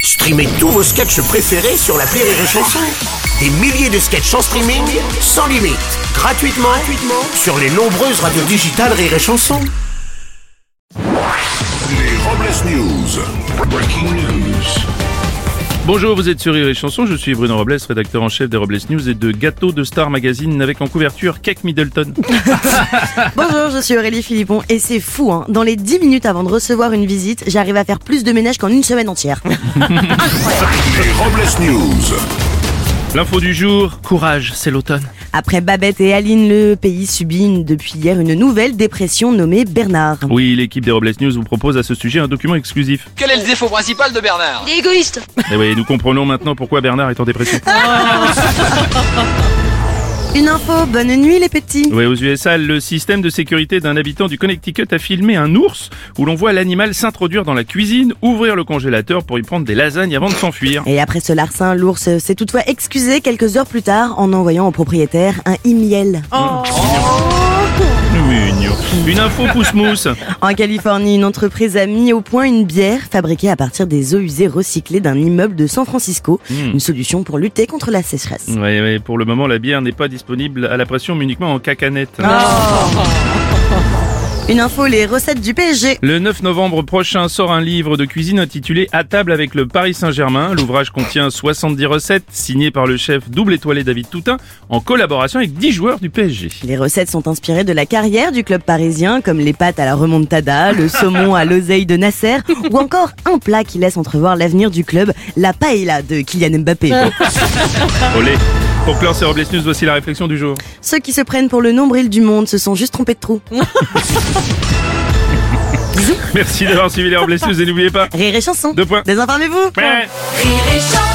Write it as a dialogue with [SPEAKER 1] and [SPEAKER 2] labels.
[SPEAKER 1] Streamez tous vos sketchs préférés sur la Rire et Chanson. Des milliers de sketchs en streaming, sans limite, gratuitement, gratuitement sur les nombreuses radios digitales Rire et Chanson.
[SPEAKER 2] Les Robles News. Breaking news.
[SPEAKER 3] Bonjour, vous êtes sur Rire et Chanson, je suis Bruno Robles, rédacteur en chef des Robles News et de Gâteau de Star Magazine avec en couverture Cake Middleton.
[SPEAKER 4] Bonjour, je suis Aurélie Philippon et c'est fou, hein. Dans les 10 minutes avant de recevoir une visite, j'arrive à faire plus de ménage qu'en une semaine entière.
[SPEAKER 2] Les Robles News.
[SPEAKER 3] L'info du jour, courage, c'est l'automne.
[SPEAKER 4] Après Babette et Aline, le pays subit une- depuis hier une nouvelle dépression nommée Bernard.
[SPEAKER 3] Oui, l'équipe des Robles News vous propose à ce sujet un document exclusif.
[SPEAKER 5] Quel est le défaut principal de Bernard
[SPEAKER 6] Il est égoïste.
[SPEAKER 3] Et oui, nous comprenons maintenant pourquoi Bernard est en dépression.
[SPEAKER 4] Une info, bonne nuit les petits.
[SPEAKER 3] Oui, aux USA, le système de sécurité d'un habitant du Connecticut a filmé un ours où l'on voit l'animal s'introduire dans la cuisine, ouvrir le congélateur pour y prendre des lasagnes avant de s'enfuir.
[SPEAKER 4] Et après ce larcin, l'ours s'est toutefois excusé quelques heures plus tard en envoyant au propriétaire un e-miel.
[SPEAKER 3] Mignon. Une info pousse-mousse.
[SPEAKER 4] En Californie, une entreprise a mis au point une bière fabriquée à partir des eaux usées recyclées d'un immeuble de San Francisco. Une solution pour lutter contre la sécheresse.
[SPEAKER 3] Oui, oui, pour le moment, la bière n'est pas disponible à la pression, mais uniquement en cacanette.
[SPEAKER 4] Une info, les recettes du PSG.
[SPEAKER 3] Le 9 novembre prochain sort un livre de cuisine intitulé À table avec le Paris Saint-Germain. L'ouvrage contient 70 recettes signées par le chef double étoilé David Toutain en collaboration avec 10 joueurs du PSG.
[SPEAKER 4] Les recettes sont inspirées de la carrière du club parisien, comme les pâtes à la remontada, le saumon à l'oseille de Nasser, ou encore un plat qui laisse entrevoir l'avenir du club, la paella de Kylian Mbappé.
[SPEAKER 3] Olé. Pour clore ces Robles News, voici la réflexion du jour.
[SPEAKER 4] Ceux qui se prennent pour le nombril du monde se sont juste trompés de trou.
[SPEAKER 3] Merci d'avoir suivi les Robles News et n'oubliez pas.
[SPEAKER 4] Rire et chanson.
[SPEAKER 3] Deux points.
[SPEAKER 4] Désinformez-vous.
[SPEAKER 3] Ouais.
[SPEAKER 6] Il est chanceux.